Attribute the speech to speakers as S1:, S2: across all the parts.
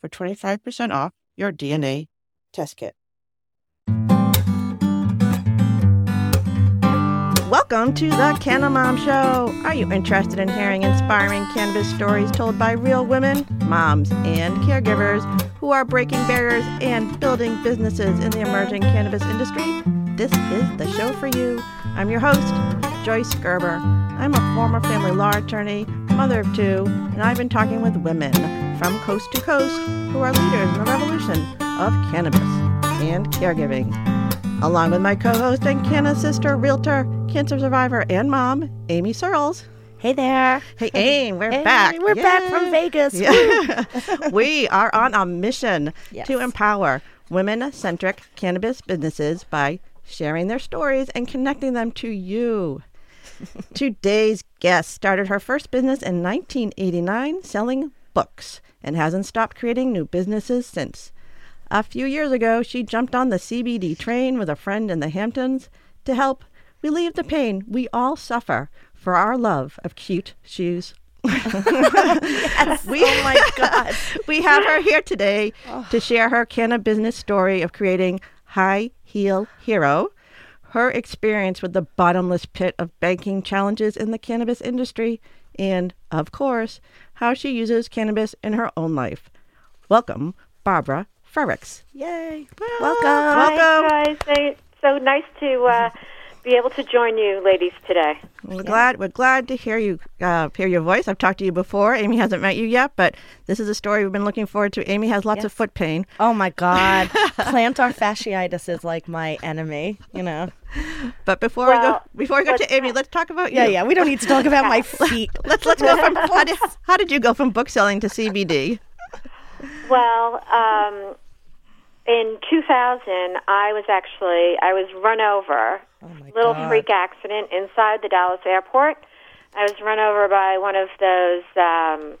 S1: for 25% off your DNA test kit. Welcome to the Canna Mom Show. Are you interested in hearing inspiring cannabis stories told by real women, moms, and caregivers who are breaking barriers and building businesses in the emerging cannabis industry? This is the show for you. I'm your host, Joyce Gerber. I'm a former family law attorney, mother of two, and I've been talking with women from coast to coast who are leaders in the revolution of cannabis and caregiving along with my co-host and Canna sister, realtor, cancer survivor, and mom, Amy Searles.
S2: Hey there.
S1: Hey, Aim, we're back.
S2: We're back from
S1: Yay.
S2: Vegas.
S1: Yeah. we are on a mission
S2: Yes.
S1: to empower women centric cannabis businesses by sharing their stories and connecting them to you. Today's guest started her first business in 1989 selling books and hasn't stopped creating new businesses since. A few years ago, she jumped on the CBD train with a friend in the Hamptons to help relieve the pain we all suffer for our love of cute shoes. We-
S2: oh my God.
S1: we have her here today to share her canna business story of creating High Heel Hero, her experience with the bottomless pit of banking challenges in the cannabis industry, and, of course, how she uses cannabis in her own life. Welcome, Barbara Ferrix.
S2: Yay.
S1: Welcome.
S2: Welcome.
S3: Hi, guys. Hey, So nice to uh, be able to join you, ladies, today.
S1: We're glad we're glad to hear you uh, hear your voice. I've talked to you before. Amy hasn't met you yet, but this is a story we've been looking forward to. Amy has lots of foot pain.
S2: Oh my God. Plantar fasciitis is like my enemy, you know?
S1: But before
S3: Well,
S1: we go before we go
S3: let's
S1: to Amy, let's talk about
S2: Yeah,
S1: you.
S2: yeah. We don't need to talk about my feet. Oh
S1: Let's let's go from how did, how did you go from book selling to CBD?
S3: Well, um, in 2000, I was actually I was run over,
S2: Oh,
S3: little freak accident inside the Dallas airport. I was run over by one of those um,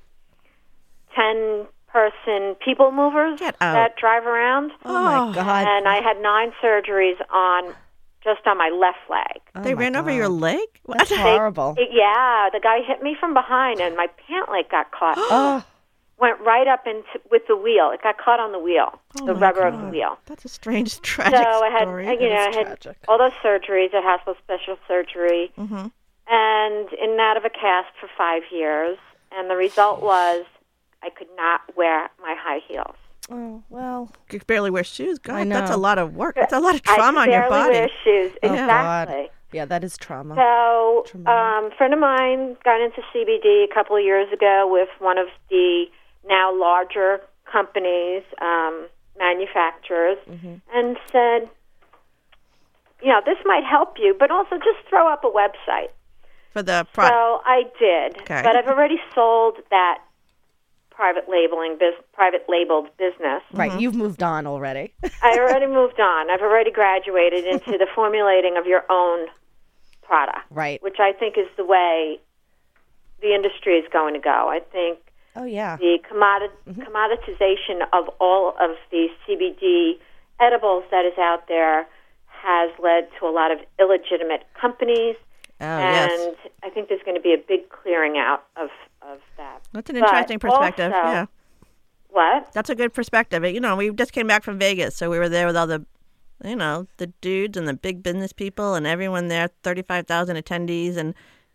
S3: ten person people movers
S1: Get out.
S3: that drive around,
S2: Oh my God.
S3: and I had nine surgeries on just on my left leg.
S1: they ran over your leg.
S2: That's horrible.
S3: It- yeah, the guy hit me from behind, and my pant leg got caught. Went right up into with the wheel. It got caught on the wheel,
S1: Oh
S3: the rubber of the wheel.
S1: That's a strange
S3: So
S1: tragic
S3: I had,
S1: story.
S3: you know, I
S2: That's
S3: had
S2: tragic.
S3: all those surgeries at hospital special surgery,
S1: Mm-hmm.
S3: and in that of a cast for five years. And the result was I could not wear my high heels.
S2: Oh, well.
S1: You could barely wear shoes. God, that's a
S2: know.
S1: lot of work. That's a lot of
S3: I
S1: trauma on
S3: could
S1: your
S3: barely
S1: body. Oh,
S3: wear shoes.
S2: God.
S3: Exactly.
S2: Yeah, that is trauma.
S3: So, um, friend of mine got into CBD a couple of years ago with one of the now larger companies, um, manufacturers, and said, you know, this might help you, but also just throw up a website.
S1: For the product.
S3: So I did,
S1: Okay.
S3: but I've already sold that private labeling bus- private labeled business.
S2: Right. You've moved on already.
S3: I already moved on. I've already graduated into the formulating of your own product
S2: Right.
S3: which I think is the way the industry is going to go. I think
S2: Oh, yeah.
S1: Mm-hmm.
S3: the commodit- commoditization of all of the CBD edibles that is out there has led to a lot of illegitimate companies.
S1: Oh,
S3: and
S1: yes.
S3: I think there's going to be a big clearing out of, of that.
S1: That's an
S3: But
S1: interesting perspective.
S3: also-
S1: yeah.
S3: What?
S1: That's a good perspective. You know, we just came back from Vegas, so we were there with all the, you know, the dudes and the big business people and everyone there, 35,000 attendees. And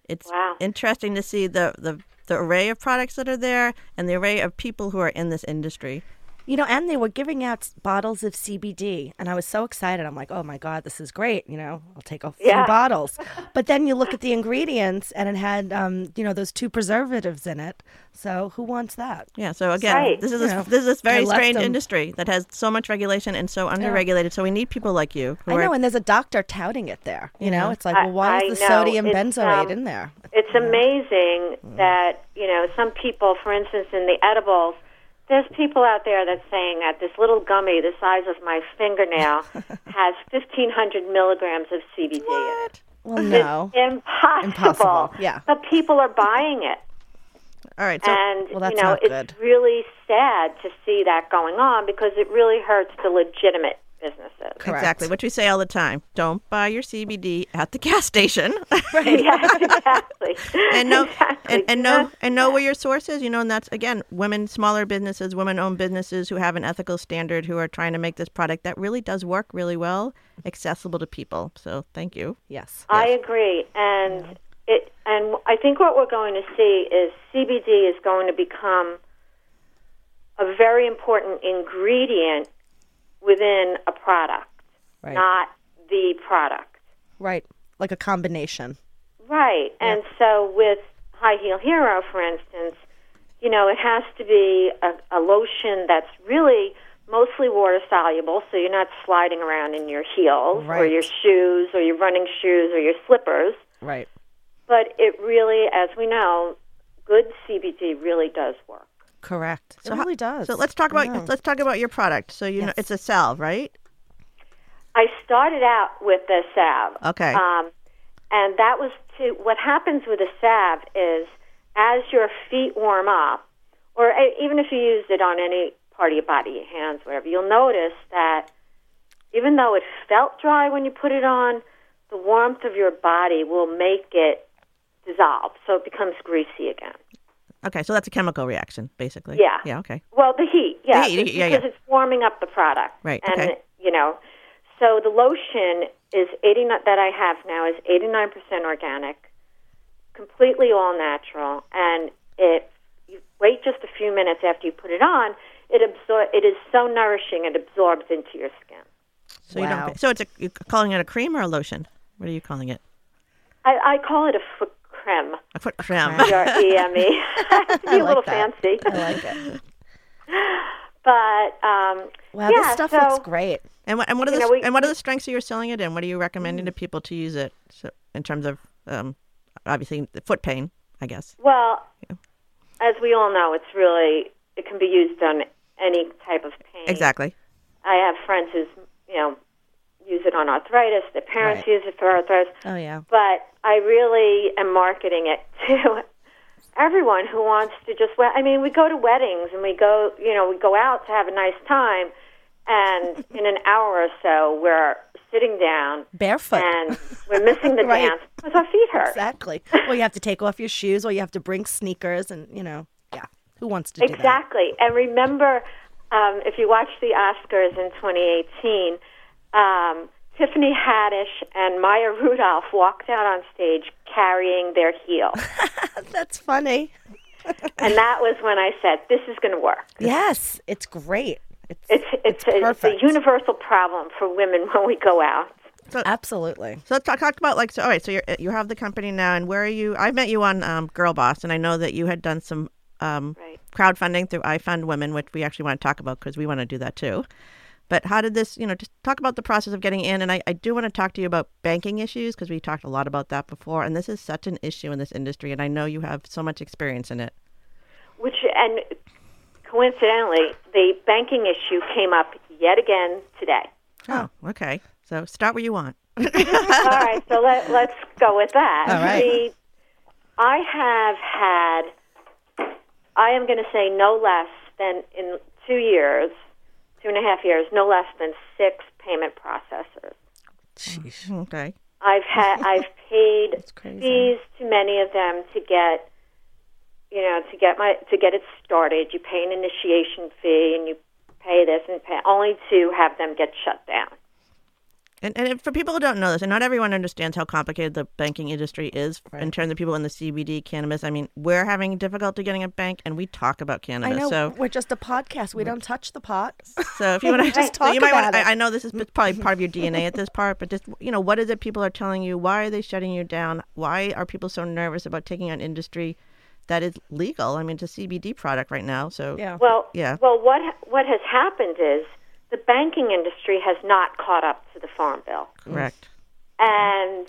S1: it's
S3: Wow.
S1: interesting to see the, the, the array of products that are there and the array of people who are in this industry.
S2: You know, and they were giving out s- bottles of CBD, and I was so excited. I'm like, oh my God, this is great. You know, I'll take a few
S3: Yeah.
S2: bottles. But then you look at the ingredients, and it had, um, you know, those two preservatives in it. So who wants that?
S1: Yeah. So again,
S3: Right.
S1: this is
S2: Yeah.
S1: this, this is this
S2: I
S1: very
S2: left
S1: strange
S2: 'em.
S1: industry that has so much regulation and so underregulated. So we need people like you. Who
S2: I know,
S1: Are,
S2: and there's a doctor touting it there. You know, it's like,
S3: Mm-hmm.
S2: well, why
S3: I- I
S2: is the
S3: know.
S2: sodium
S3: It's,
S2: benzoate
S3: um,
S2: in there?
S3: It's amazing
S2: Mm-hmm.
S3: that, you know, some people, for instance, in the edibles, there's people out there that's saying that this little gummy the size of my fingernail has 1,500 milligrams of CBD in it.
S2: Well, no.
S3: Impossible.
S2: Impossible, yeah.
S3: But people are buying it.
S1: all right. So
S3: and,
S2: Well, that's
S3: you know,
S2: not
S3: it's
S2: good.
S3: really sad to see that going on because it really hurts the legitimate businesses.
S2: Correct.
S1: exactly, which we say all the time: don't buy your CBD at the gas station.
S3: yes, exactly.
S1: and know
S3: exactly.
S1: and, and know and know where your source is you know and that's again women smaller businesses women owned businesses who have an ethical standard who are trying to make this product that really does work really well accessible to people so thank you
S2: Yes.
S3: I agree, and it and I think what we're going to see is CBD is going to become a very important ingredient within a product,
S2: Right.
S3: not the product.
S2: Right. Like a combination.
S3: Right. And so with High Heel Hero, for instance, you know, it has to be a, a lotion that's really mostly water soluble, so you're not sliding around in your heels or
S2: Right.
S3: your shoes or your running shoes or your slippers.
S2: Right.
S3: But it really, as we know, good CBD really does work.
S2: Correct. It
S1: So ho-
S2: really does.
S1: so let's talk about let's talk about your product so you know
S2: Yes.
S1: it's a salve right
S3: I started out with the salve.
S1: Okay.
S3: Um, and that was to what happens with a salve is as your feet warm up, or uh, even if you use it on any part of your body, your hands, wherever, you'll notice that even though it felt dry when you put it on, the warmth of your body will make it dissolve, so it becomes greasy again.
S1: okay so that's a chemical reaction basically
S3: Yeah.
S1: yeah okay
S3: Well, the heat, yeah,
S1: heat,
S3: it's
S1: yeah, yeah.
S3: because it's warming up the product,
S1: Right,
S3: And
S1: okay.
S3: you know, so the lotion is eighty nine that I have now is eighty nine percent organic, completely all natural, and it. You wait just a few minutes after you put it on. It absor- It is so nourishing. It absorbs into your skin.
S1: so you
S2: Wow.
S1: don't so it's a you're calling it a cream or a lotion what are you calling it
S3: I, I call it a foot creme.
S1: a foot cream
S3: B R E M E. To be a little
S2: that.
S3: fancy,
S2: I like it.
S3: but um,
S2: Wow,
S3: yeah,
S2: this stuff
S3: so,
S2: looks great.
S1: and what and what are the
S3: know, we- Mm.
S1: and what are the strengths that you're selling it in what are you recommending to people to use it so, in terms of um obviously the foot pain i guess
S3: Well, as we all know, it's really it can be used on any type of pain.
S1: exactly
S3: I have friends who, you know, use it on arthritis. Their parents
S2: Right.
S3: use it for arthritis.
S2: Oh, yeah.
S3: But I really am marketing it to everyone who wants to just. we- I mean, we go to weddings and we go, you know, we go out to have a nice time, and in an hour or so, we're sitting down
S2: Barefoot.
S3: and we're missing the
S2: Right.
S3: dance because our feet hurt.
S2: Exactly. Well, you have to take off your shoes or you have to bring sneakers and, you know, yeah. Who wants to do that?
S3: Exactly. And remember, um, if you watch the Oscars in 2018, um, Tiffany Haddish and Maya Rudolph walked out on stage carrying their heel.
S2: That's funny.
S3: and that was when I said, this is going to work.
S2: Yes, it's great. It's,
S3: It's, it's, a, it's a
S2: perfect.
S3: universal problem for women when we go out.
S2: absolutely.
S1: So let's talk, talk about like so. All right, so you are you have the company now, and where are you? I met you on um, Girl Boss, and I know that you had done some um,
S3: Right.
S1: crowdfunding through iFund Women, which we actually want to talk about because we want to do that too. But how did this? You know, just talk about the process of getting in, and I, I do want to talk to you about banking issues because we talked a lot about that before, and this is such an issue in this industry, and I know you have so much experience in it.
S3: Which, and coincidentally, the banking issue came up yet again today.
S1: Oh, okay. So start where you want.
S3: All right, so let, let's go with that.
S2: All right.
S3: The- I have had, I am going to say no less than in two years, two and a half years, no less than six payment processors.
S2: Sheesh.
S1: Okay.
S3: I've had I've paid
S1: That's crazy.
S3: fees to many of them to get you know to get my to get it started. You pay an initiation fee and you pay this and pay only to have them get shut down.
S1: And, and for people who don't know this, and not everyone understands how complicated the banking industry is in terms of people in the CBD cannabis. I mean, we're having difficulty getting a bank, and we talk about
S2: I
S1: cannabis.
S2: know.
S1: So,
S2: we're just a podcast. We don't touch the pot.
S1: so if you want to
S2: Just
S1: so you
S2: talk
S1: might wanna-
S2: about it.
S1: I, I know this is probably part of your DNA at this part, but just you know, what is it people are telling you? Why are they shutting you down? Why are people so nervous about taking on industry that is legal? I mean, it's a CBD product right now. So
S2: Yeah.
S3: Well,
S1: Yeah.
S3: Well, what what has happened is the banking industry has not caught up to the farm bill,
S1: correct.
S3: and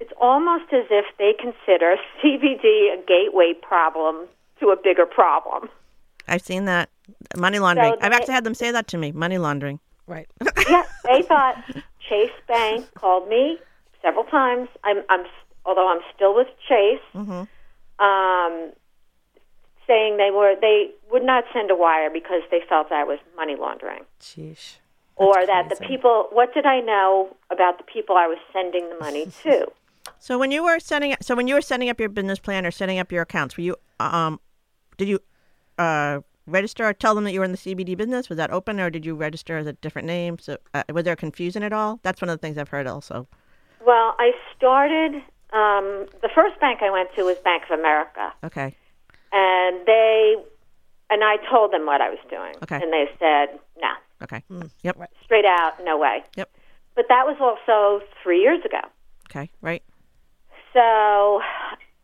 S3: it's almost as if they consider CBD a gateway problem to a bigger problem.
S1: I've seen that money laundering. I've
S3: they-
S1: actually had them say that to me. Money laundering.
S2: Right.
S3: yeah, they thought Chase Bank called me several times. I'm, I'm although I'm still with Chase, um, saying they were they would not send a wire because they felt that was money laundering,
S2: Sheesh.
S3: or that the people. What did I know about the people I was sending the money to?
S1: So when you were setting so when you were setting up your business plan or setting up your accounts, were you um did you uh register or tell them that you were in the CBD business? Was that open or did you register as a different name? So uh, was there confusion at all? That's one of the things I've heard also.
S3: Well, I started. Um, the first bank I went to was Bank of America.
S1: Okay.
S3: and they and I told them what I was doing,
S1: Okay.
S3: and they said no,
S1: Okay. Yep.
S3: straight out, no way.
S1: Yep.
S3: But that was also three years ago.
S1: Okay. Right.
S3: So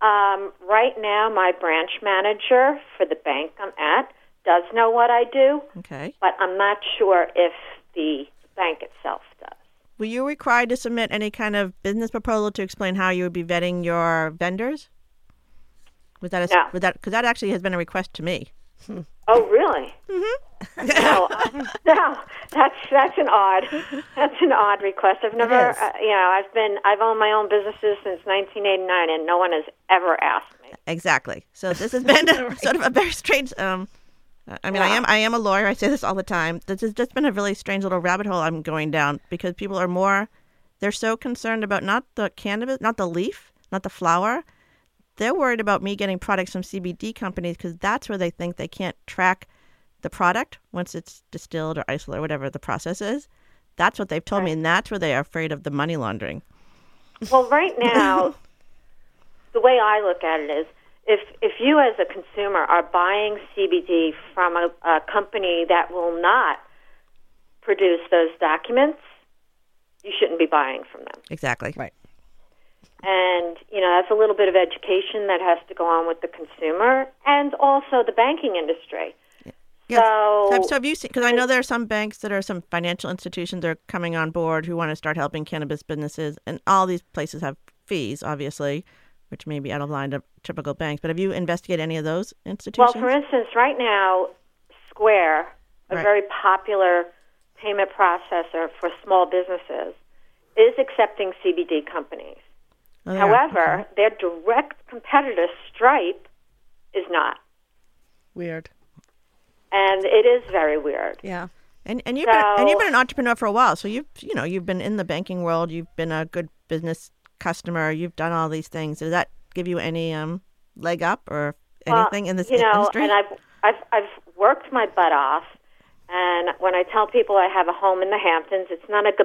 S3: um, right now, my branch manager for the bank I'm at does know what I do,
S1: Okay.
S3: but I'm not sure if the bank itself does.
S1: Were you required to submit any kind of business proposal to explain how you would be vetting your vendors? Was that a,
S3: No.
S1: was that because that actually has been a request to me.
S3: Oh, really? Mm-hmm. no, uh, no, that's that's an odd, that's an odd request. I've never,
S2: is.
S3: uh, you know, I've been, I've owned my own businesses since 1989, and no one has ever asked me.
S1: Exactly. So this has been sort of a very strange. Um, I- I mean, I am I am a lawyer. I say this all the time. This has just been a really strange little rabbit hole I'm going down because people are more, they're so concerned about not the cannabis, not the leaf, not the flower. They're worried about me getting products from CBD companies because that's where they think they can't track the product once it's distilled or isolated or whatever the process is. That's what they've told me, and that's where they are afraid of the money laundering.
S3: Well, right now, the way I look at it is, if if you as a consumer are buying CBD from a, a company that will not produce those documents, you shouldn't be buying from them.
S1: Exactly.
S2: Right.
S3: And, you know, that's a little bit of education that has to go on with the consumer and also the banking industry.
S1: Yes.
S3: So-
S1: Have- so have you seen? Because I know there are some banks that are some financial institutions that are coming on board who want to start helping cannabis businesses, and all these places have fees, obviously, which may be out of line to typical banks. But have you investigated any of those
S3: Well,
S1: institutions?
S3: for instance, right now, Square, a
S1: Right.
S3: very popular payment processor for small businesses, is accepting CBD companies.
S1: Oh, yeah.
S3: However, their direct competitor, Stripe, is not.
S2: Weird.
S3: And it is very weird.
S2: Yeah.
S1: and and you've been, and
S3: so-
S1: you've been an entrepreneur for a while, so you've you know you've been in the banking world, you've been a good business customer, you've done all these things. Does that give you any um leg up or anything in this
S3: Uh, you know,
S1: industry?
S3: And I've, I've I've worked my butt off. And when I tell people I have a home in the Hamptons, it's not like a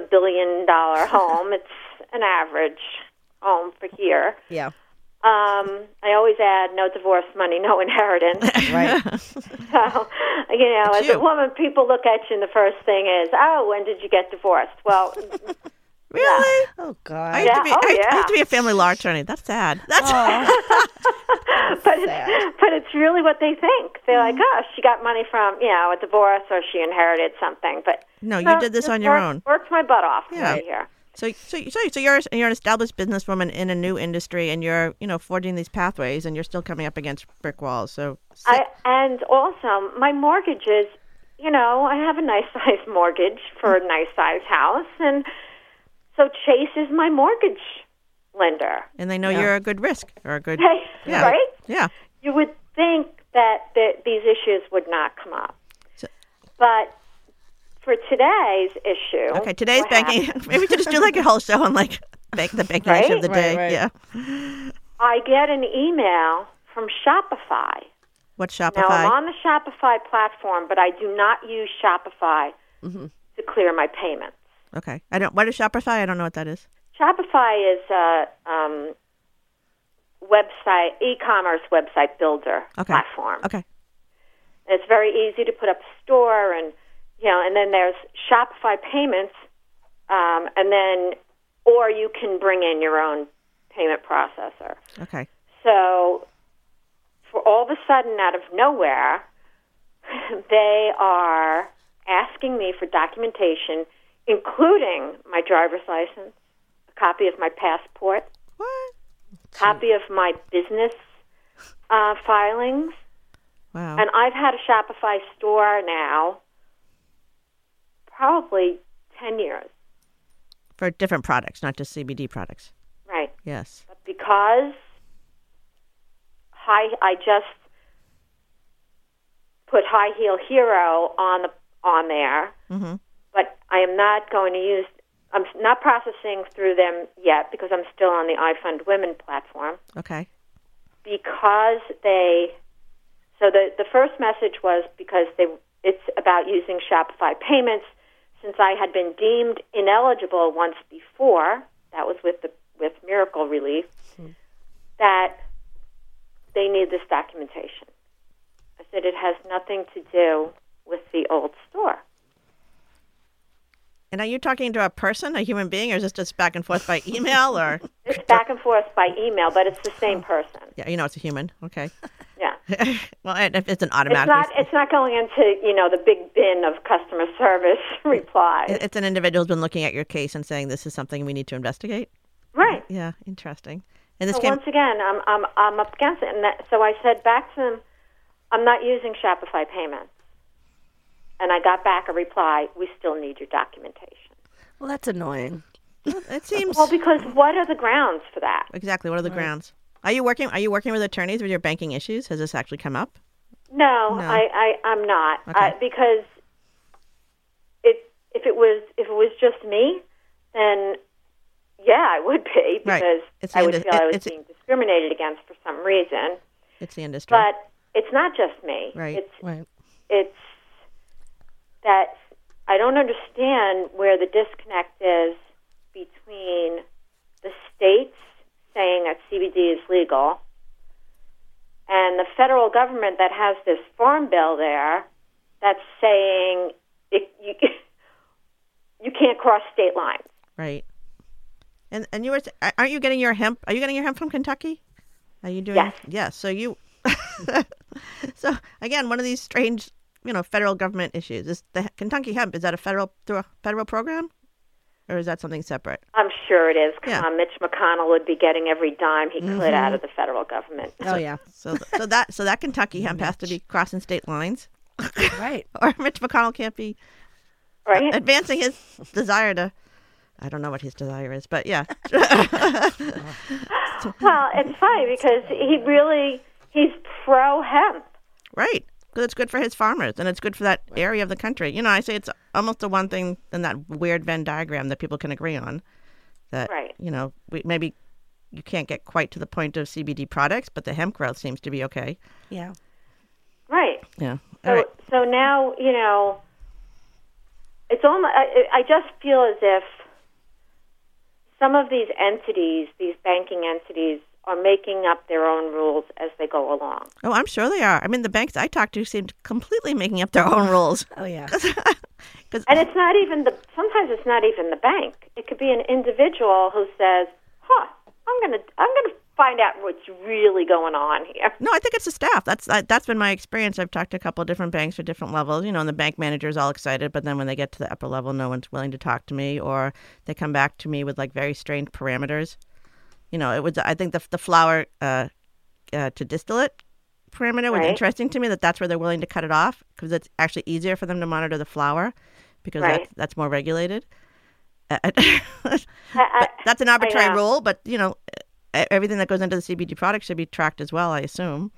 S3: billion dollar home. It's an average home for here.
S2: Yeah.
S3: Um, I always add no divorce money, no inheritance.
S2: Right.
S3: So, you know, as
S1: you.
S3: a woman, people look at you and the first thing is, oh, when did you get divorced? Well,
S1: really?
S2: oh
S1: I
S2: God.
S1: used, to
S3: Yeah,
S1: be,
S3: oh,
S1: I, used- I
S3: yeah.
S1: used to be a family law attorney. That's sad. That's
S3: but it's, but it's really what they think. They're like,
S1: Mm-hmm.
S3: oh, she got money from, you know, a divorce or she inherited something. But
S1: No, you
S3: no,
S1: did this
S3: just
S1: on your
S3: worked-
S1: own.
S3: Worked my butt off to
S1: Yeah.
S3: be here.
S1: So, so, so, so you're you're an established businesswoman in a new industry, and you're you know forging these pathways, and you're still coming up against brick walls. So,
S3: I and also my mortgage is, you know, I have a nice size mortgage for a nice size house, and so Chase is my mortgage lender.
S1: and they know you're a good risk or a good
S3: Hey,
S1: yeah,
S3: right?
S1: yeah.
S3: You would think that, that these issues would not come up,
S1: So-
S3: but for today's issue.
S1: Okay, today's
S3: what
S1: banking. Maybe we could just do like a whole show on like bank the banking issue of the
S2: Right?
S1: day.
S2: Right, right.
S1: Yeah.
S3: I get an email from Shopify.
S1: What
S3: Now I'm
S1: Shopify?
S3: on the Shopify platform, but I do not use Shopify
S1: Mm-hmm.
S3: to clear my payments.
S1: Okay. I don't. What is Shopify? I don't know what that is.
S3: Shopify is a um, website, e-commerce website builder
S1: Okay.
S3: platform.
S1: Okay.
S3: And it's very easy to put up a store, and you know, and then there's Shopify payments, um, and then or you can bring in your own payment processor.
S1: Okay.
S3: So, for all of a sudden, out of nowhere, they are asking me for documentation, including my driver's license, a copy of my passport,
S1: What?
S3: copy of my business uh, filings,
S1: Wow.
S3: and I've had a Shopify store now, probably ten years,
S1: For different products, not just CBD products.
S3: right?
S1: Yes.
S3: But because high, I just put High Heel Hero on the on there,
S1: Mm-hmm.
S3: but I am not going to use. I'm s- not processing through them yet because I'm still on the iFund Women platform
S1: Okay.
S3: because they. So the the first message was because they it's about using Shopify payments since I had been deemed ineligible once before. That was with the with Miracle Relief that they need this documentation. I said it has nothing to do with the old store.
S1: And are you talking to a person, a human being, or is this just back and forth by email or?
S3: It's back and forth by email, but it's the same person.
S1: Yeah, you know it's a human. Okay.
S3: Yeah.
S1: well, and if it's an
S3: It's
S1: automatic.
S3: not it's not going into, you know, the big bin of customer service replies.
S1: It- It's an individual who's been looking at your case and saying this is something we need to investigate.
S3: Right.
S1: Yeah, interesting. And this
S3: So
S1: came.
S3: once again, I'm I'm I'm up against it, and that, so I said back to them, I'm not using Shopify payments, and I got back a reply, we still need your documentation.
S2: Well, that's annoying.
S1: It seems
S3: Well, because what are the grounds for that?
S1: exactly. What are the grounds? Are you working? Are you working with attorneys with your banking issues? Has this actually come up?
S3: No,
S1: No.
S3: I, I I'm not I,
S1: Okay.
S3: because it if it was if it was just me, then yeah, I would be
S1: Right.
S3: because
S1: It's
S3: I
S1: the
S3: would
S1: end-
S3: feel I
S1: it-
S3: was
S1: it's-
S3: being discriminated against for some reason.
S1: It's the industry,
S3: But it's not just me.
S1: Right.
S3: It's
S2: Right.
S3: it's that I don't understand where the disconnect is between the states saying that CBD is legal and the federal government that has this farm bill there that's saying it, you, you can't cross state lines.
S1: right? And and you were s- aren't you getting your hemp? Are you getting your hemp from Kentucky? Are you doing?
S3: Yes.
S1: so you. so again, one of these strange, you know, federal government issues. Is the Kentucky hemp? Is that a federal through a federal program, or is that something separate?
S3: I'm sure it is. Come
S1: Yeah.
S3: on, Mitch McConnell would be getting every dime he could out of the federal government.
S2: Oh yeah.
S1: So th- so that so that Kentucky hemp has to be crossing state lines,
S2: Right.
S1: or Mitch McConnell can't be
S3: Right?
S1: advancing his desire to I don't know what his desire is, but yeah.
S3: Well, it's funny because he really he's pro hemp.
S1: right. Because it's good for his farmers and it's good for that area of the country. You know, I say it's almost the one thing in that weird Venn diagram that people can agree on that,
S3: Right.
S1: you know, we, maybe you can't get quite to the point of CBD products, but the hemp growth seems to be okay.
S2: Oh, Yeah.
S3: Right.
S1: Yeah.
S3: So
S1: All right.
S3: so now, you know, it's almost I, I just feel as if some of these entities, these banking entities are making up their own rules as they go along.
S1: Oh, I'm sure they are. I mean, the banks I talked to seemed completely making up their own rules.
S2: Oh yeah.
S1: Because
S3: And it's not even the sometimes it's not even the bank. It could be an individual who says, "Huh, I'm going to I'm going to find out what's really going on here."
S1: No, I think it's the staff. That's I, that's been my experience. I've talked to a couple of different banks for different levels, you know, and the bank manager's all excited, but then when they get to the upper level, no one's willing to talk to me, or they come back to me with like very strange parameters. You know, it was I think the the flower uh, uh, to distillate parameter was
S3: Right.
S1: interesting to me. That that's where they're willing to cut it off because it's actually easier for them to monitor the flower because
S3: Right.
S1: that's that's more regulated. Uh,
S3: I, I,
S1: But that's an arbitrary
S3: know.
S1: rule, but e, you know, e- everything that goes into the CBD product should be tracked as well. I assume.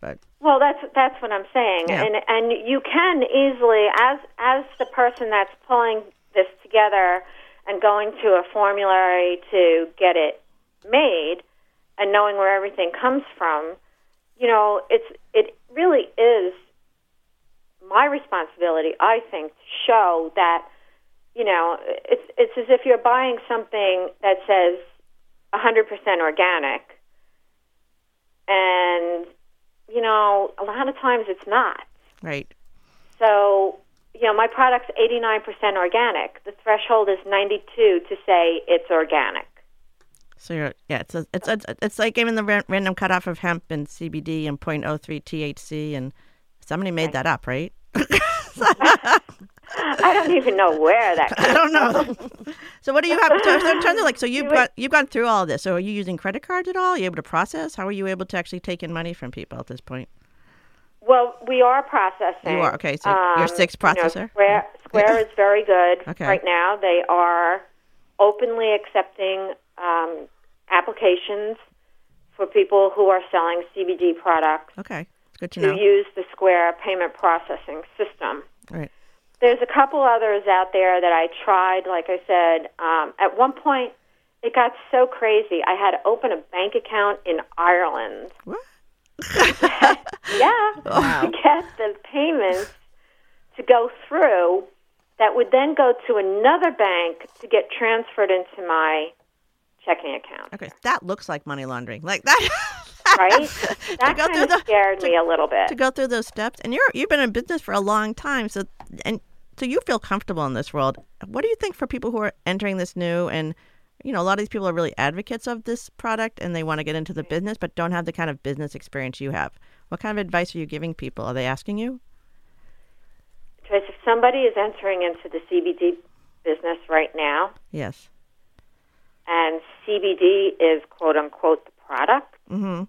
S1: But
S3: Well, that's that's what I'm saying,
S1: Yeah.
S3: and and you can easily, as as the person that's pulling this together and going to a formulary to get it made, and knowing where everything comes from, you know, it's it really is my responsibility, I think, to show that you know it's it's as if you're buying something that says 100% organic, and you know, a lot of times it's not.
S1: right,
S3: So, you know, my product's 89% organic. The threshold is 92 to say it's organic.
S1: so you're, yeah, it's a, it's a, it's like giving the ran- random cutoff of hemp and CBD and 0.03 THC, and somebody made that up, right?
S3: I don't even know where that
S1: I don't know. so what do you have? So, so in terms of like, so you've got you've gone through all this. So are you using credit cards at all? Are you able to process? How are you able to actually take in money from people at this point?
S3: Well, we are processing. um,
S1: You are, okay, so you're six
S3: you know,
S1: processor?
S3: Square, Square is very good
S1: Okay.
S3: right now. They are openly accepting um, applications for people who are selling CBD products
S1: Okay, it's good to
S3: who
S1: know.
S3: use the Square payment processing system.
S1: all right.
S3: There's a couple others out there that I tried. Like I said, um, at one point it got so crazy. I had to open a bank account in Ireland.
S1: What?
S3: Yeah, to get the payments to go through that would then go to another bank to get transferred into my checking account.
S1: Okay, that looks like money laundering. Like that.
S3: Right? That
S1: go
S3: kind
S1: through
S3: of
S1: the-
S3: scared me a little
S1: to
S3: bit.
S1: go through those steps, and you're you've been in business for a long time, so and so you feel comfortable in this world. What do you think for people who are entering this new and you know, a lot of these people are really advocates of this product and they want to get into the business but don't have the kind of business experience you have. What kind of advice are you giving people? Are they asking you?
S3: Because if somebody is entering into the CBD business right now,
S1: Yes.
S3: and CBD is quote unquote the product,
S1: Mm-hmm.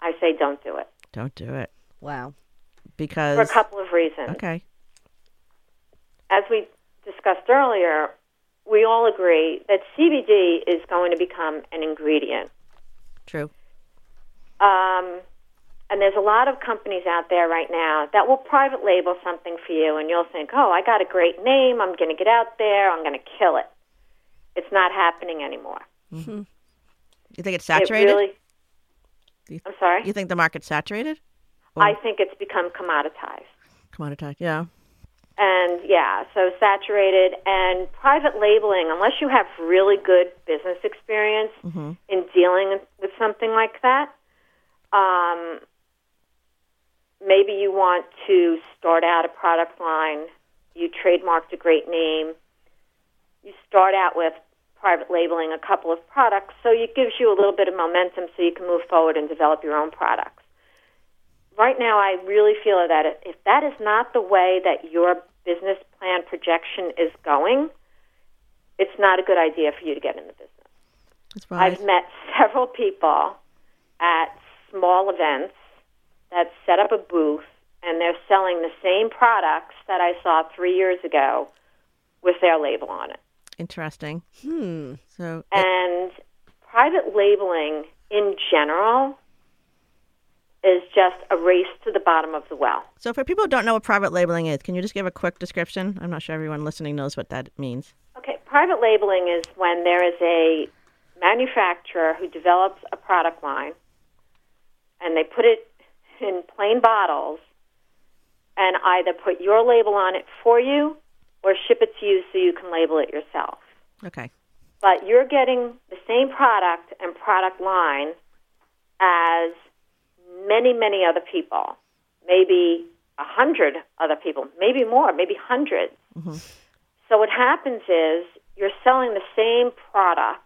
S3: I say don't do it
S1: Don't do it
S2: Wow.
S3: for a
S1: because
S3: couple of reasons.
S1: okay,
S3: As we discussed earlier, we all agree that CBD is going to become an ingredient.
S1: true.
S3: Um, and there's a lot of companies out there right now that will private label something for you, and you'll think, oh, I got a great name. I'm going to get out there. I'm going to kill it. It's not happening anymore.
S1: You think it's
S3: It
S1: saturated?
S3: really-
S1: You-
S3: I'm sorry?
S1: You think the market's saturated?
S3: I think it's become commoditized.
S1: Commoditized? Yeah.
S3: And yeah, so saturated and private labeling, unless you have really good business experience in dealing with something like that, um, maybe you want to start out a product line, you trademarked a great name, you start out with private labeling a couple of products, so it gives you a little bit of momentum so you can move forward and develop your own products right now I really feel that if- if that is not the way that your business plan projection is going, it's not a good idea for you to get in the business.
S1: That's why
S3: I've met several people at small events that set up a booth and they're selling the same products that I saw 3 years ago with their label on it.
S1: interesting. Hmm. So
S3: And private labeling in general is just a race to the bottom of the well.
S1: So, for people who don't know what private labeling is, can you just give a quick description? I'm not sure everyone listening knows what that means.
S3: Okay, private labeling is when there is a manufacturer who develops a product line and they put it in plain bottles and either put your label on it for you or ship it to you so you can label it yourself.
S1: Okay.
S3: But you're getting the same product and product line as many, many other people, maybe a hundred other people, maybe more, maybe 100s So what happens is you're selling the same product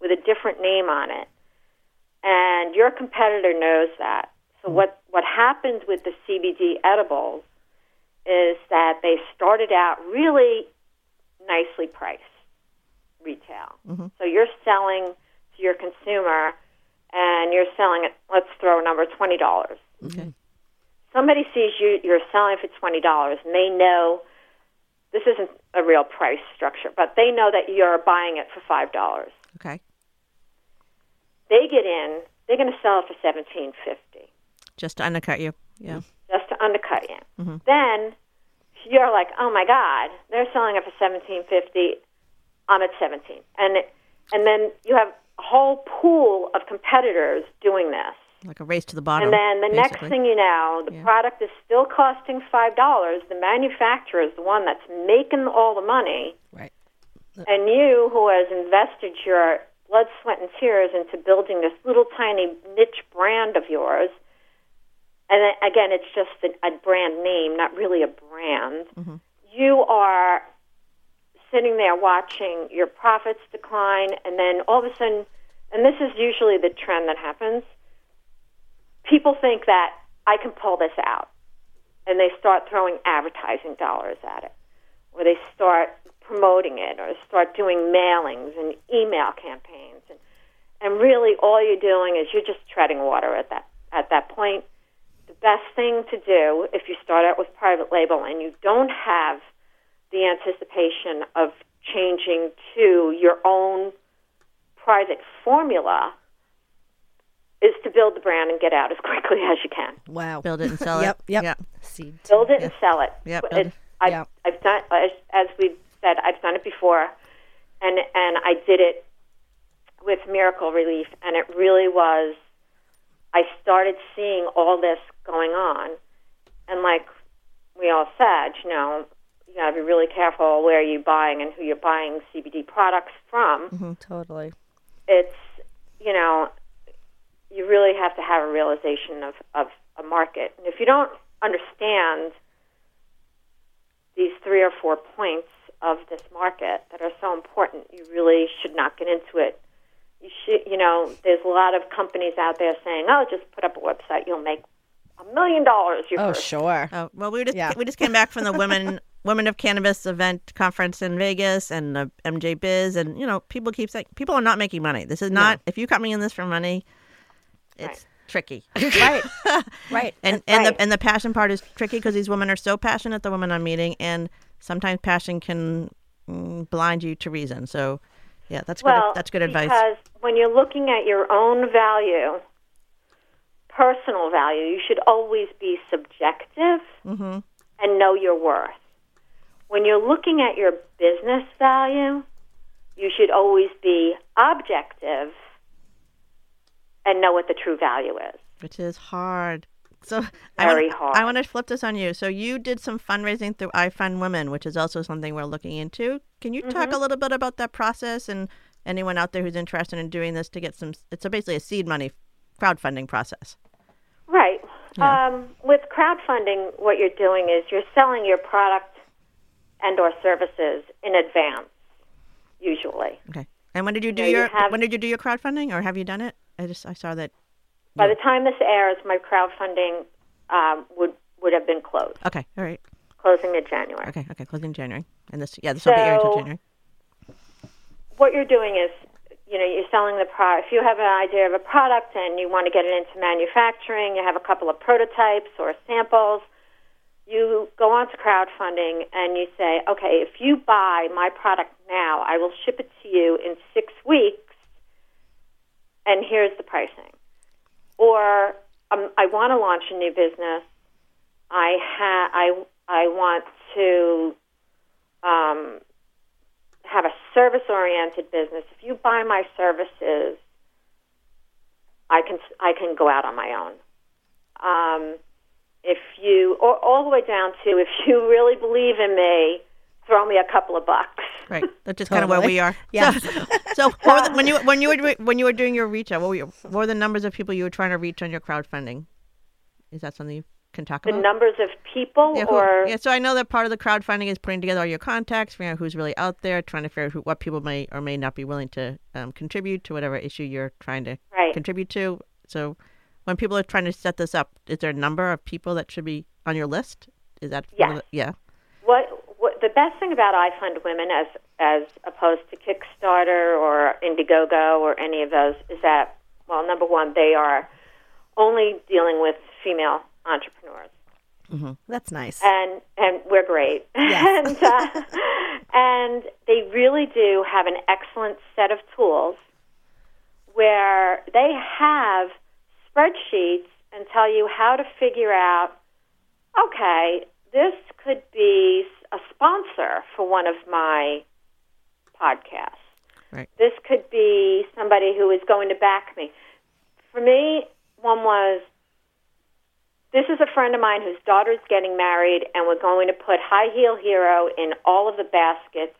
S3: with a different name on it, and your competitor knows that. So what what happens with the CBD edibles is that they started out really nicely priced retail.
S1: Mm-hmm.
S3: So you're selling to your consumer, and you're selling it. Let's throw a number twenty dollars
S1: Okay.
S3: somebody sees you you're selling for twenty dollars and they know this isn't a real price structure, but they know that you're buying it for five dollars.
S1: Okay.
S3: They get in, they're gonna sell it for seventeen fifty.
S1: just to undercut you. Yeah.
S3: just to undercut you. Then you're like, oh my god, they're selling it for seventeen fifty. I'm at seventeen, and it- and then you have a whole pool of competitors doing this.
S2: Mm-hmm.
S1: Like a race to the bottom.
S3: And then the
S1: basically.
S3: next thing you know, the product is still costing five dollars. The manufacturer is the one that's making all the money,
S2: Right.
S3: and you, who has invested your blood, sweat, and tears into building this little tiny niche brand of yours, and then, again, it's just a, a brand name, not really a brand.
S1: Mm-hmm.
S3: You are sitting there watching your profits decline, and then all of a sudden, and this is usually the trend that happens. People think that I can pull this out, and they start throwing advertising dollars at it, or they start promoting it, or start doing mailings and email campaigns, and and really all you're doing is you're just treading water at that at that point. The best thing to do if you start out with private label and you don't have the anticipation of changing to your own private formula is to build the brand and get out as quickly as you can.
S2: Wow.
S1: Build it and sell
S2: Yep.
S1: it.
S2: Yep.
S1: Yeah.
S2: Seed.
S3: Build it and sell it.
S1: Yep, build
S3: It-
S1: it.
S3: I've,
S2: Yeah.
S3: I've done as, as we said. I've done it before, and and I did it with Miracle Relief, and it really was. I started seeing all this going on, and like we all said, you know, you got to be really careful where you're buying and who you're buying CBD products from
S1: Mm-hmm.
S2: Totally.
S3: it's you know you really have to have a realization of of a market and if you don't understand these three or four points of this market that are so important you really should not get into it you should you know there's a lot of companies out there saying oh just put up a website you'll make a million dollars your
S2: Oh,
S3: first
S2: sure.
S1: Oh, well, we just
S2: Yeah.
S1: we just came back from the women women of cannabis event conference in Vegas and the MJ Biz, and you know people keep saying people are not making money. This is not if you cut me in this for money, it's tricky.
S2: right. Right.
S1: and and
S3: right.
S1: the and the passion part is tricky because these women are so passionate. The women I'm meeting, and sometimes passion can mm, blind you to reason. So, yeah, that's good.
S3: Well,
S1: that's good advice.
S3: Because when you're looking at your own value, personal value, you should always be subjective
S1: Mm-hmm.
S3: and know your worth. When you're looking at your business value, you should always be objective and know what the true value is.
S1: which is hard. So I wanna-
S3: Very hard.
S1: I want to flip this on you. So you did some fundraising through I Fund Women, which is also something we're looking into. Can you
S3: Mm-hmm.
S1: talk a little bit about that process and anyone out there who's interested in doing this to get some? It's a, basically a seed money crowdfunding process.
S3: Right. Um, with crowdfunding, what you're doing is you're selling your product and or services in advance, usually.
S1: Okay. And when did you do
S3: Yeah, you
S1: your
S3: have-
S1: when did you do your crowdfunding or have you done it? I just I saw that.
S3: By the time this airs, my crowdfunding um, would would have been closed,
S1: Okay. All right.
S3: closing in January.
S1: Okay. Okay. Closing in January. And this yeah this will be airing till
S3: So-
S1: January.
S3: What you're doing is, you know, you're selling the product. If you have an idea of a product and you want to get it into manufacturing, you have a couple of prototypes or samples. You go on to crowdfunding and you say, okay, if you buy my product now, I will ship it to you in six weeks, and here's the pricing. Or um, I want to launch a new business. I ha- I I want to um, have a service oriented business. If you buy my services, I can I can go out on my own. Um, if you or all the way down to if you really believe in me, throw me a couple of bucks.
S1: Right. That's just kind of where
S2: Totally.
S1: we are.
S2: Yeah.
S1: So, so what were the- when you when you were doing- when you were doing your reach out, what were, your, what were the numbers of people you were trying to reach on your crowdfunding? Is that something you can talk
S3: The
S1: about?
S3: numbers of people
S1: Uh-huh. yeah, who-
S3: or
S1: yeah, so I know that part of the crowdfunding is putting together all your contacts, figuring out who's really out there, trying to figure out who, what people may or may not be willing to um, contribute to whatever issue you're trying to
S3: Right.
S1: contribute to. So, when people are trying to set this up, is there a number of people that should be on your list? Is that one of
S3: Yes.
S1: the- yeah?
S3: What, what the best thing about I Fund Women, as as opposed to Kickstarter or Indiegogo or any of those, is that well, number one, they are only dealing with female entrepreneurs,
S2: That's nice.
S3: and and we're great, and uh, and they really do have an excellent set of tools where they have spreadsheets and tell you how to figure out okay, this could be a sponsor for one of my podcasts.
S1: Right.
S3: This could be somebody who is going to back me. For me, one was this is a friend of mine whose daughter's getting married, and we're going to put High Heel Hero in all of the baskets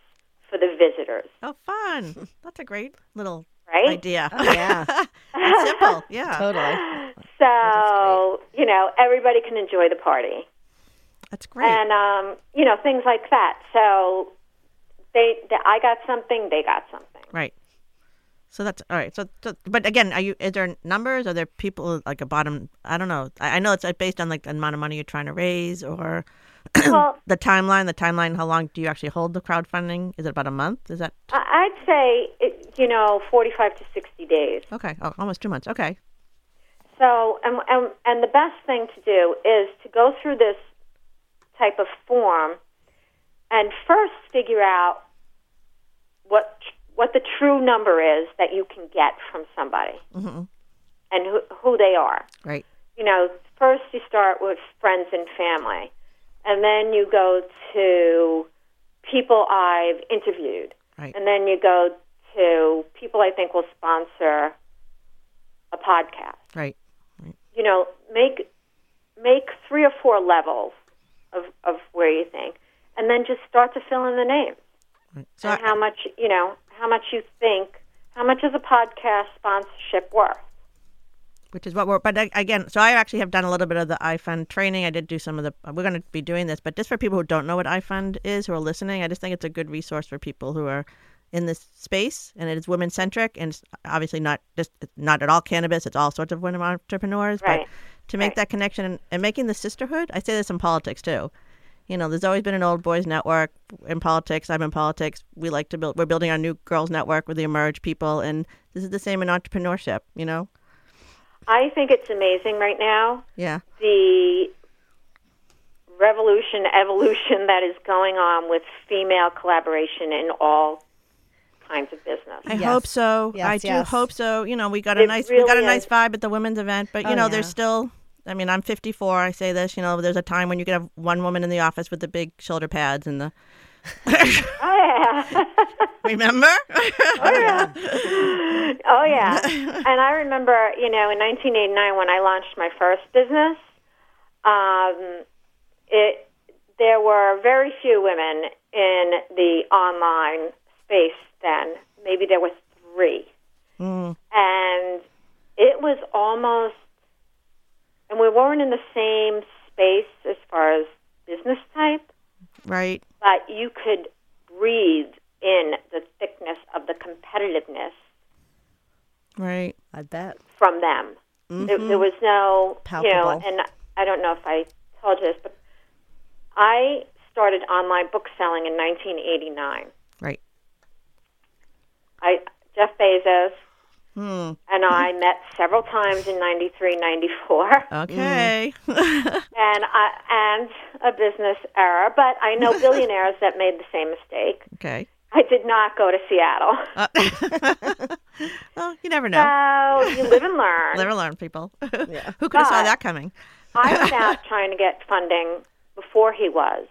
S3: for the visitors,
S1: Oh, fun. That's a great little
S3: right?
S1: idea.
S2: yeah.
S1: It's simple. Yeah.
S2: Totally.
S3: So, you know, everybody can enjoy the party.
S1: That's great.
S3: and um, you know things like that. So they, they, I got something, they got something.
S1: right. So that's all right. So, so, but again, are you? Is there numbers? Are there people like a bottom? I don't know. I, I know it's like, based on like the amount of money you're trying to raise or
S3: well,
S1: the timeline. The timeline. How long do you actually hold the crowdfunding? Is it about a month? Is that
S3: I- I'd say it, you know forty-five to sixty days.
S1: okay? Oh, almost two months. Okay.
S3: So and, and and the best thing to do is to go through this type of form and first figure out what tr- what the true number is that you can get from somebody
S1: Mhm.
S3: and who, who they are.
S1: Right.
S3: you know, first you start with friends and family, and then you go to people I've interviewed,
S1: Right.
S3: and then you go to people I think will sponsor a podcast.
S1: Right.
S3: You know, make make three or four levels of of where you think, and then just start to fill in the names
S1: right. So
S3: and
S1: I,
S3: how much you know, how much you think, how much is a podcast sponsorship worth?
S1: which is what we're but a- again so i actually have done a little bit of the ifund training i did do some of the we're going to be doing this but just for people who don't know what ifund is who are listening i just think it's a good resource for people who are in this space and it is women centric and it's obviously not just not at all cannabis it's all sorts of women entrepreneurs
S3: Right.
S1: but to make
S3: Right.
S1: that connection and, and making the sisterhood i say this in politics too you know there's always been an old boys network in politics i'm in politics we like to build we're building our new girls network with the emerge people and this is the same in entrepreneurship you know
S3: I think it's amazing right now
S1: yeah
S3: the revolution, evolution that is going on with female collaboration in all kinds of business.
S1: I
S2: Yes.
S1: hope so. I
S2: Yes,
S1: do
S2: yes.
S1: hope so. You know, we got a
S3: It
S1: nice we got a
S3: really
S1: nice
S3: is.
S1: vibe at the women's event, but you
S2: Oh,
S1: know,
S2: yeah.
S1: there's still I mean, I'm 54. I say this, you know, there's a time when you could have one woman in the office with the big shoulder pads and the
S3: Oh yeah,
S1: Remember?
S3: oh yeah. and I remember, you know, in 1989 when I launched my first business, um, it there were very few women in the online space then. Maybe there were three.
S1: Mm,
S3: and it was almost and we weren't in the same space as far as business type
S1: right.
S3: but you could breathe in the thickness of the competitiveness
S1: Right.
S2: I bet.
S3: from them there, there was no you know
S2: Palpable.
S3: and i don't know if i told you this but i started online book selling in 1989
S1: Right.
S3: i jeff bezos
S1: Hmm.
S3: and i met several times in 93 94
S1: Okay.
S3: and I, and a business error, but I know billionaires that made the same mistake.
S1: okay.
S3: I did not go to Seattle.
S1: Uh, well, you never know.
S3: So you live and learn.
S1: Never learn, people. Who could have saw
S3: But-
S1: that coming?
S3: I was out trying to get funding before he was,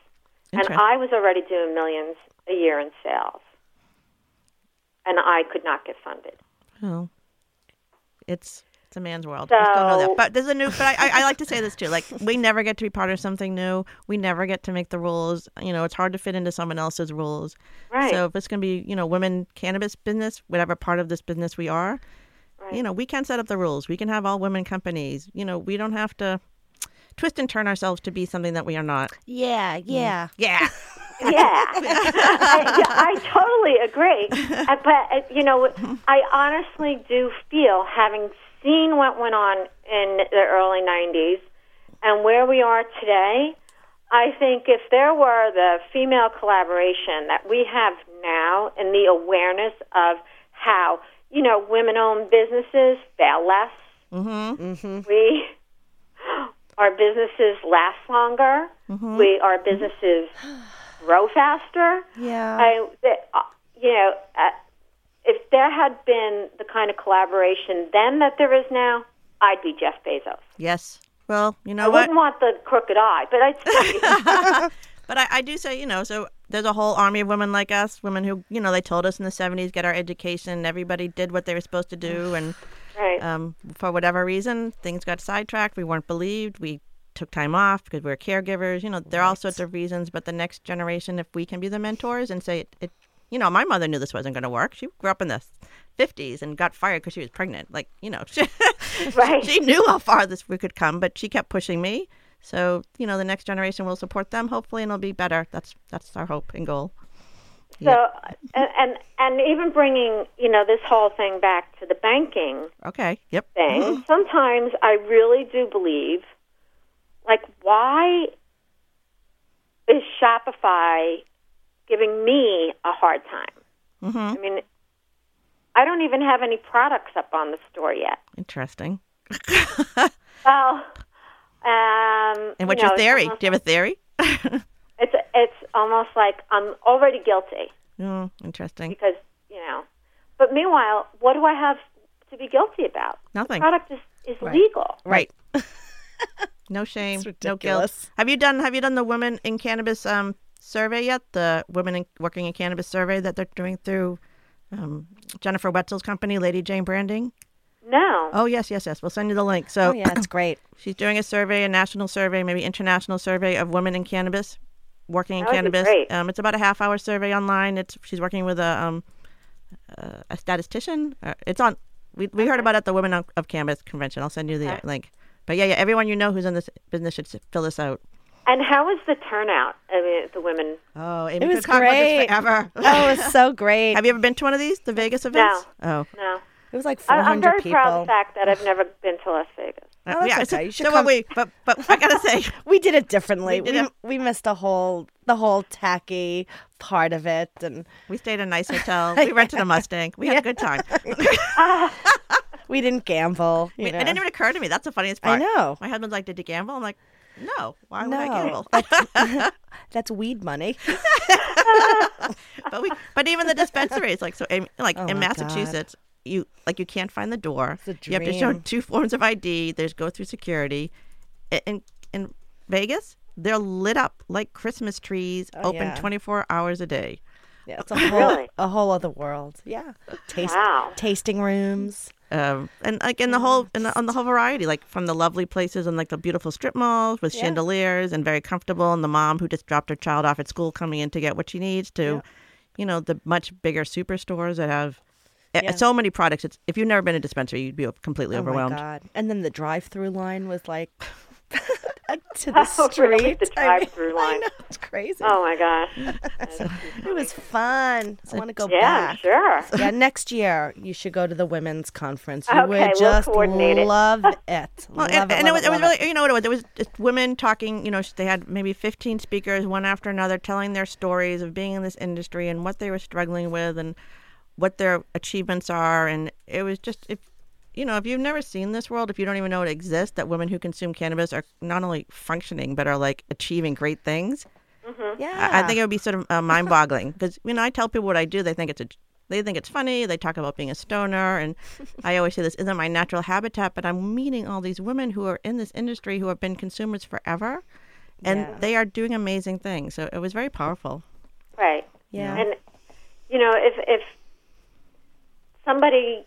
S3: and
S1: Okay.
S3: I was already doing millions a year in sales, and I could not get funded.
S1: Oh, it's it's a man's world. I still know that.
S3: So-
S1: But there's a new. But I, I, I like to say this too. Like we never get to be part of something new. We never get to make the rules. You know, it's hard to fit into someone else's rules.
S3: Right.
S1: So if it's gonna be you know women cannabis business, whatever part of this business we are,
S3: Right.
S1: you know, we can set up the rules. We can have all women companies. You know, we don't have to twist and turn ourselves to be something that we are not.
S2: Yeah, yeah.
S1: Yeah.
S3: yeah. I, yeah, I totally agree. Uh, But, uh, you know, I honestly do feel, having seen what went on in the early 90s and where we are today, I think if there were the female collaboration that we have now and the awareness of how, you know, women owned businesses fail less,
S1: Mm-hmm.
S3: we our businesses last longer. We our businesses grow faster.
S2: Yeah.
S3: I, the, uh, you know, uh, if there had been the kind of collaboration then that there is now, I'd be Jeff Bezos.
S1: Yes. Well, you know
S3: I
S1: what?
S3: wouldn't want the crooked eye, but I'd still be.
S1: But I, I do say, you know, so there's a whole army of women like us, women who, you know, they told us in the 70s, get our education. Everybody did what they were supposed to do. And
S3: right.
S1: um, for whatever reason, things got sidetracked. We weren't believed. We took time off because we were caregivers. You know, there are all sorts of reasons. But the next generation, if we can be the mentors and say, it, it you know, my mother knew this wasn't going to work. She grew up in the 50s and got fired because she was pregnant. Like, you know, she,
S3: Right.
S1: she knew how far this we could come, but she kept pushing me. So, you know, the next generation will support them hopefully and it'll be better. That's that's our hope and goal.
S3: So, and, and and even bringing you know this whole thing back to the banking
S1: Okay. Yep.
S3: thing. sometimes I really do believe, like, why is Shopify giving me a hard time?
S1: Mhm.
S3: I mean, I don't even have any products up on the store yet.
S1: Interesting.
S3: Well, um,
S1: And what's
S3: you know,
S1: your theory?
S3: It's
S1: Do
S3: almost,
S1: you have a theory?
S3: it's it's almost like I'm already guilty
S1: Mm, interesting.
S3: because you know. But meanwhile, what do I have to be guilty about?
S1: Nothing.
S3: Product is is legal.
S1: Right. no shame. No guilt.
S2: ridiculous.
S1: Have you done have you done the women in cannabis um survey yet? The women in, working in cannabis survey that they're doing through um, Jennifer Wetzel's company, Lady Jane Branding.
S3: No.
S1: Oh yes, yes, yes. We'll send you the link. So
S2: Oh yeah, it's great.
S1: She's doing a survey, a national survey, maybe international survey of women in cannabis, working in
S3: That would be
S1: cannabis.
S3: great.
S1: Um, it's about a half hour survey online. It's she's working with a um, uh, a statistician. Uh, it's on. We, we heard about it at the Women of, of Cannabis convention. I'll send you the link. But yeah, yeah, everyone you know who's in this business should s- fill this out.
S3: And how was the turnout? I mean, the women.
S1: Oh, Amy
S2: It
S1: could
S2: was
S1: talk about this
S2: great.
S1: forever.
S2: Oh, it was so great.
S1: Have you ever been to one of these, the Vegas events? No. Oh,
S3: No,
S2: It was like
S3: I,
S2: 400
S3: I'm very
S2: people.
S3: proud of the fact that I've never been to Las Vegas.
S1: Uh,
S2: that's
S1: yeah.
S2: okay. You should
S1: so what
S2: come.
S1: we, but but I gotta say,
S2: We did it differently.
S1: We
S2: We
S1: did
S2: we, missed a whole the whole tacky part of it, and
S1: we stayed in a nice hotel. We rented a Mustang. We had a good time.
S2: we didn't gamble. You
S1: Wait,
S2: know.
S1: It didn't even occur to me. That's the funniest
S2: I
S1: part.
S2: know.
S1: My husband's like, "Did you gamble?" I'm like, "No. Why would I
S2: No.
S1: gamble?"
S2: That's weed money.
S1: but we, but even the dispensaries, like so, in, like in
S2: Oh my
S1: Massachusetts, you like you can't find the door.
S2: a
S1: You have to show
S2: dream.
S1: two forms of ID. There's go through security. I- In in Vegas, they're lit up like Christmas trees, open
S2: Oh, yeah.
S1: 24 hours a day.
S2: Yeah, it's a whole
S3: Really?
S2: a whole other world. Yeah, Taste,
S3: Wow.
S2: tasting rooms.
S1: Um, and like in the whole in the, on the whole variety, like from the lovely places and like the beautiful strip malls with chandeliers and very comfortable, and the mom who just dropped her child off at school coming in to get what she needs to, you know, the much bigger superstores that have eh,
S2: Yeah.
S1: so many products. It's if you've never been to a dispensary, you'd be completely
S2: Oh my
S1: overwhelmed.
S2: god! And then the drive-through line was like to the
S3: Oh,
S2: street.
S3: really? The
S2: I mean,
S3: drive-through
S2: I
S3: line.
S2: know, it's crazy.
S3: Oh my gosh! That's too
S2: It was fun. I want to go
S3: Yeah, I'm
S2: back.
S3: sure.
S2: Yeah, next year you should go to the women's conference. You
S3: Okay,
S2: would
S3: we'll
S2: just
S3: coordinate it.
S2: love it.
S1: Well,
S2: love
S1: and,
S2: it,
S1: and it
S2: love
S1: was, it was
S2: love
S1: really, you know what it was? It was just women talking, you know, they had maybe 15 speakers, one after another, telling their stories of being in this industry and what they were struggling with and what their achievements are. And it was just, if, you know, if you've never seen this world, if you don't even know it exists, that women who consume cannabis are not only functioning, but are like achieving great things.
S2: Yeah,
S1: I I think it would be sort of uh, mind boggling because you know I tell people what I do. They think it's a they think it's funny. They talk about being a stoner, and I always say this isn't my natural habitat. But I'm meeting all these women who are in this industry who have been consumers forever, and
S2: Yeah.
S1: they are doing amazing things. So it was very powerful.
S3: Right.
S2: Yeah.
S3: And you know, if if somebody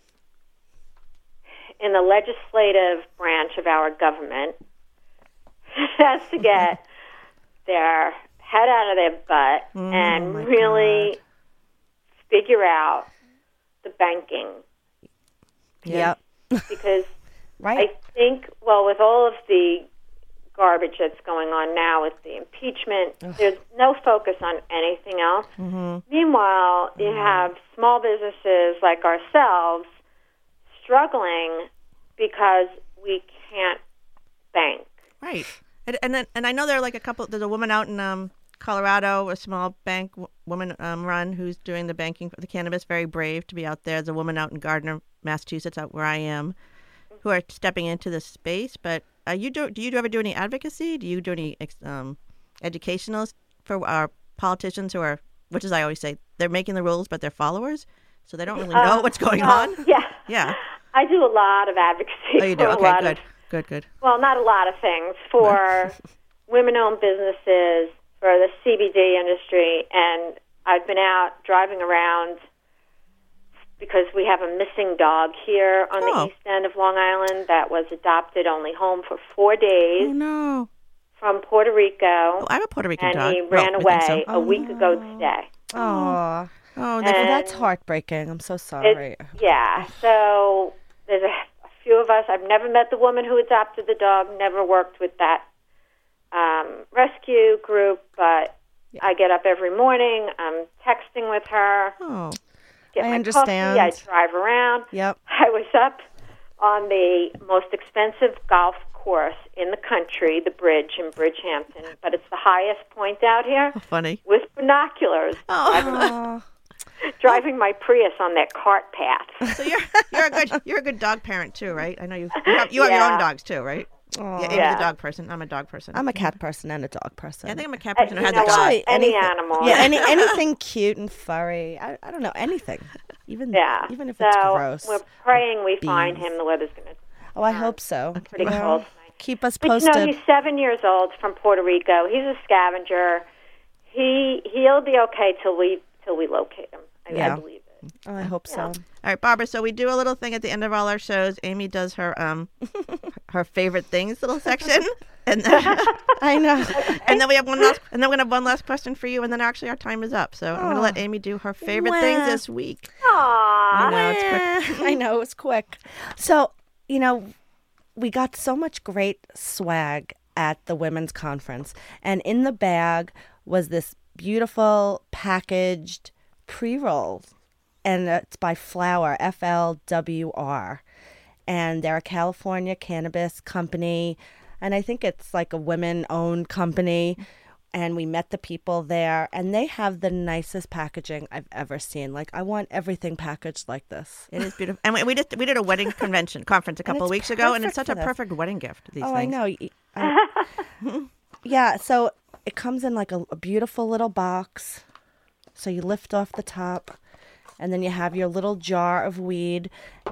S3: in the legislative branch of our government has to get their head out of their butt and really figure out the banking
S2: Yep.
S3: because I
S2: Right.
S3: think, well, with all of the garbage that's going on now with the impeachment, there's no focus on anything else.
S1: Mm-hmm.
S3: Meanwhile, you have small businesses like ourselves struggling because we can't bank.
S1: Right. And and, then, and I know there are like a couple. There's a woman out in um, Colorado, a small bank w- woman um, run who's doing the banking for the cannabis. Very brave to be out there. There's a woman out in Gardner, Massachusetts, out where I am, who are stepping into this space. But uh, you do do you ever do any advocacy? Do you do any ex- um, educational for our politicians who are, which is
S3: Uh,
S1: I always say, they're making the rules, but they're followers, so they don't really know what's going on.
S3: Yeah.
S1: Yeah.
S3: I do a lot of advocacy.
S1: Oh, you do.
S3: for a
S1: Okay,
S3: lot
S1: good,
S3: Of,
S1: good, good.
S3: well, not a lot of things for women-owned businesses, for the CBD industry, and I've been out driving around because we have a missing dog here on
S1: Oh.
S3: the east end of Long Island that was adopted only home for four
S1: Oh
S3: days
S1: no!
S3: from Puerto
S1: Oh,
S3: Rico,
S1: I have a Puerto Rican
S3: and
S1: dog.
S3: he
S1: Well,
S3: ran
S1: I think so.
S3: away a week ago today.
S2: Aw.
S1: Oh,
S3: And-
S1: they-
S2: Well, that's heartbreaking. I'm so sorry.
S3: It's, yeah. So there's a, a few of us. I've never met the woman who adopted the dog. Never worked with that um, rescue group, but I get up every morning. I'm texting with her.
S1: oh,
S3: Get
S2: I
S3: my
S2: understand.
S3: Coffee, I drive around.
S2: Yep.
S3: I was up on the most expensive golf course in the country, the Bridge in Bridgehampton, but it's the highest point out here.
S1: funny.
S3: With binoculars,
S1: Oh,
S2: Aw.
S3: driving my Prius on that cart path.
S1: so you're you're a good you're a good dog parent too, right? I know you you have, you have your
S3: Yeah.
S1: own dogs too, right?
S2: Aw.
S1: Yeah, Amy's
S3: Yeah.
S1: a dog person. I'm a dog person.
S2: I'm a cat person and a dog person.
S1: I think I'm a cat
S3: Uh,
S1: person who
S3: you
S1: has
S3: know
S1: a dog.
S3: what? Any animal.
S2: Yeah, any, anything cute and furry. I, I don't know anything. Even
S3: Yeah.
S2: even if
S3: so
S2: it's gross.
S3: We're praying we find
S2: bees.
S3: him. The weather's going to
S2: Oh, I hope so.
S3: pretty
S2: Well,
S3: cold.
S2: Keep us
S3: But
S2: posted.
S3: you know, he's seven years old from Puerto Rico. He's a scavenger. He he'll be okay till we till we locate him. I,
S2: Yeah.
S3: I believe it.
S2: oh, I hope so.
S1: All right, Barbara. So we do a little thing at the end of all our shows. Amy does her um her favorite things little section, and then
S2: I know.
S1: and then we have one last and then we're gonna have one last question for you, and then actually our time is up. So I'm gonna let Amy do her favorite
S2: Wow.
S1: things this week.
S3: Aww.
S1: I know it's quick.
S2: I know it was quick. So you know, we got so much great swag at the women's conference, and in the bag was this beautiful packaged pre roll, and it's by Flower F L W R, and they're a California cannabis company, and I think it's like a women owned company. And we met the people there, and they have the nicest packaging I've ever seen. Like, I want everything packaged like this.
S1: It is beautiful, and we, we did we did a wedding convention conference a couple
S2: it's
S1: weeks ago, and it's such
S2: perfect for
S1: a
S2: this.
S1: perfect wedding gift. These
S2: Oh,
S1: things.
S2: I know. Y- I- yeah, so it comes in like a, a beautiful little box. So you lift off the top, and then you have your little jar of weed,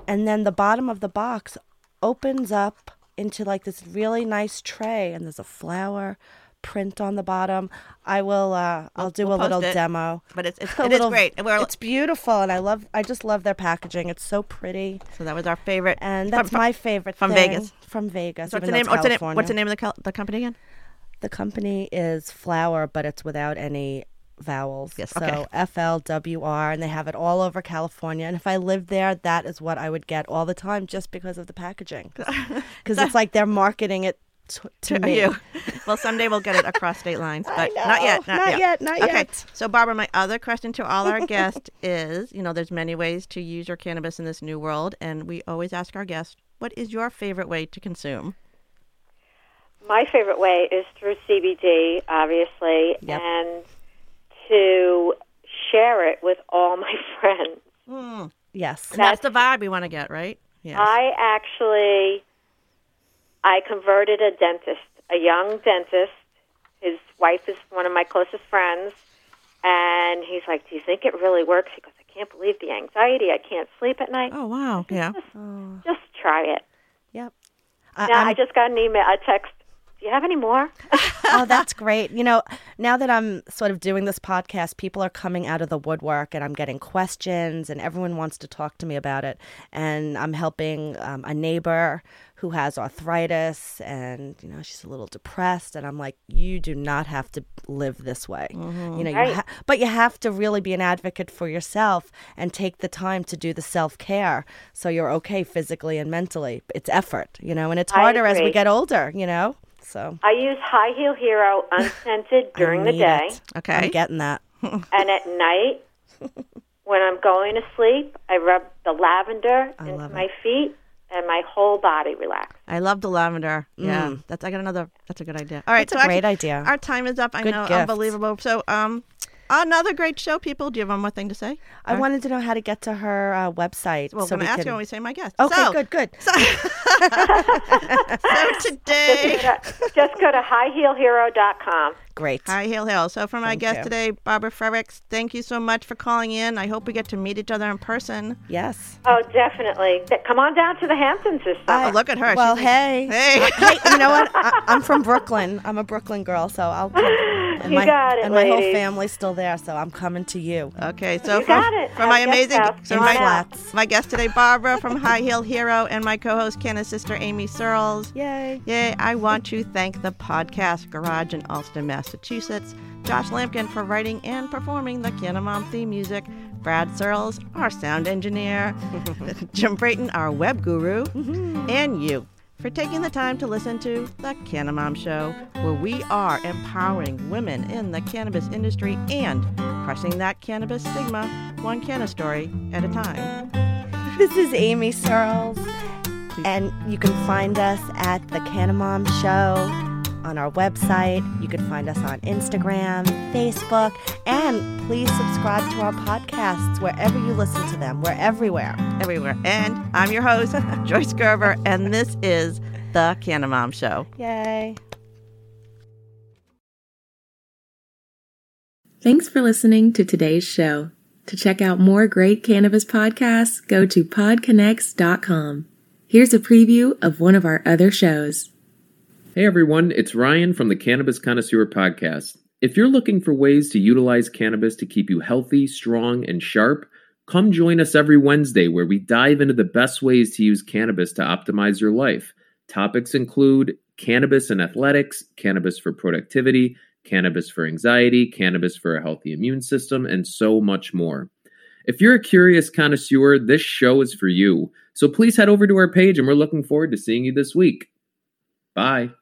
S2: and then the bottom of the box opens up into like this really nice tray, and there's a flower print on the bottom. I will. Uh, I'll do
S1: we'll
S2: a little
S1: post it.
S2: demo.
S1: But it's, it's
S2: A
S1: it is
S2: little-
S1: great. And we're,
S2: It's beautiful, and I love. I just love their packaging. It's so pretty,
S1: so that was our favorite.
S2: and
S1: from-
S2: that's
S1: from-
S2: my favorite.
S1: from
S2: thing.
S1: Vegas.
S2: From Vegas.
S1: So what's
S2: even
S1: the name?
S2: though it's
S1: What's the name?
S2: California.
S1: What's the name of the, co- the company again?
S2: The company is Flower, but it's without any vowels.
S1: Yes, okay.
S2: So F L W R, and they have it all over California. And if I lived there, that is what I would get all the time, just because of the packaging. Because it's like they're marketing it to, to
S1: Are
S2: me.
S1: you? Well, someday we'll get it across state lines, but not yet. Not,
S2: Not yet, not
S1: okay.
S2: yet.
S1: So, Barbara, my other question to all our guests is: you know, there's many ways to use your cannabis in this new world, and we always ask our guests, "What is your favorite way to consume?"
S3: My favorite way is through CBD, obviously,
S2: Yep.
S3: and to share it with all my friends.
S2: Yes.
S1: And that's the vibe we want to get, right? Yes.
S3: I actually, I converted a dentist, a young dentist. His wife is one of my closest friends, and he's like, "Do you think it really works?" He goes, "I can't believe the anxiety. I can't sleep at night.
S1: oh wow. Yeah.
S2: Oh.
S3: Just try it."
S2: Yep. I,
S3: Now
S2: I'm-
S3: I just got an email, a text. Do you have any more?
S2: oh, that's great. You know, now that I'm sort of doing this podcast, people are coming out of the woodwork and I'm getting questions, and everyone wants to talk to me about it. And I'm helping um, a neighbor who has arthritis and, you know, she's a little depressed. And I'm like, you do not have to live this way. You know, you
S3: Right.
S2: ha- but you have to really be an advocate for yourself and take the time to do the self care so you're okay physically and mentally. It's effort, you know, and it's
S3: I
S2: harder as we
S3: agree.
S2: get older, you know? So.
S3: I use High Heel Hero unscented during the
S2: need
S3: day,
S2: it.
S1: Okay.
S2: I'm getting that.
S3: and at night. When I'm going to sleep, I rub the lavender into my feet, and my whole body relaxes.
S1: I love the lavender. Yeah, that's I got another. That's a good idea. Mm. All right,
S2: That's a
S1: so actually,
S2: great idea.
S1: Our time is up. I know,
S2: gift.
S1: unbelievable. So, um, another great show, people. Do you have one more thing to say?
S2: I wanted to know how to get to her uh, website.
S1: Well,
S2: so
S1: I'm going
S2: we
S1: to ask
S2: can...
S1: you when we say my guest.
S2: Okay,
S1: So-
S2: good, good.
S1: So, so today,
S3: Just go to highheelhero.com.
S2: Great.
S1: Hi, Hail Hail. So, for my
S2: Thank
S1: guest
S2: you.
S1: today, Barbara Frericks, thank you so much for calling in. I hope we get to meet each other in person.
S2: Yes.
S3: Oh, definitely. Th- Come on down to the Hamptons this summer.
S1: Oh, look at her.
S2: Well,
S1: She's like,
S2: hey.
S1: hey.
S2: Hey, you know what? I, I'm from Brooklyn. I'm a Brooklyn girl, so I'll come. And
S3: You
S2: my,
S3: got it,
S2: And my whole
S3: ladies.
S2: family's still there, so I'm coming to you.
S1: Okay, so
S3: You
S1: for,
S3: got it.
S1: for my
S3: I guess
S1: amazing
S3: so.
S1: so
S2: Come
S1: my,
S2: on out.
S1: my guest today, Barbara from High Heel Hero, and my co-host Kenna's sister Amy Searles.
S2: Yay.
S1: Yay, I want to thank the podcast Garage in Alston, Massachusetts, Josh Lampkin for writing and performing the Canna Mom theme music, Brad Searles, our sound engineer, Jim Brayton, our web guru, and you for taking the time to listen to The Canna Mom Show, where we are empowering women in the cannabis industry and crushing that cannabis stigma one canna story at a time.
S2: This is Amy Searles, and you can find us at The Canamom Show on our website. You can find us on Instagram, Facebook, and please subscribe to our podcasts wherever you listen to them. We're everywhere.
S1: Everywhere. And I'm your host, Joyce Gerber, and this is The Canna Mom Show.
S2: Yay.
S4: Thanks for listening to today's show. To check out more great cannabis podcasts, go to podconnects.com. Here's a preview of one of our other shows.
S5: Hey everyone, it's Ryan from the Cannabis Connoisseur Podcast. If you're looking for ways to utilize cannabis to keep you healthy, strong, and sharp, come join us every Wednesday where we dive into the best ways to use cannabis to optimize your life. Topics include cannabis and athletics, cannabis for productivity, cannabis for anxiety, cannabis for a healthy immune system, and so much more. If you're a curious connoisseur, this show is for you. So please head over to our page and we're looking forward to seeing you this week. Bye.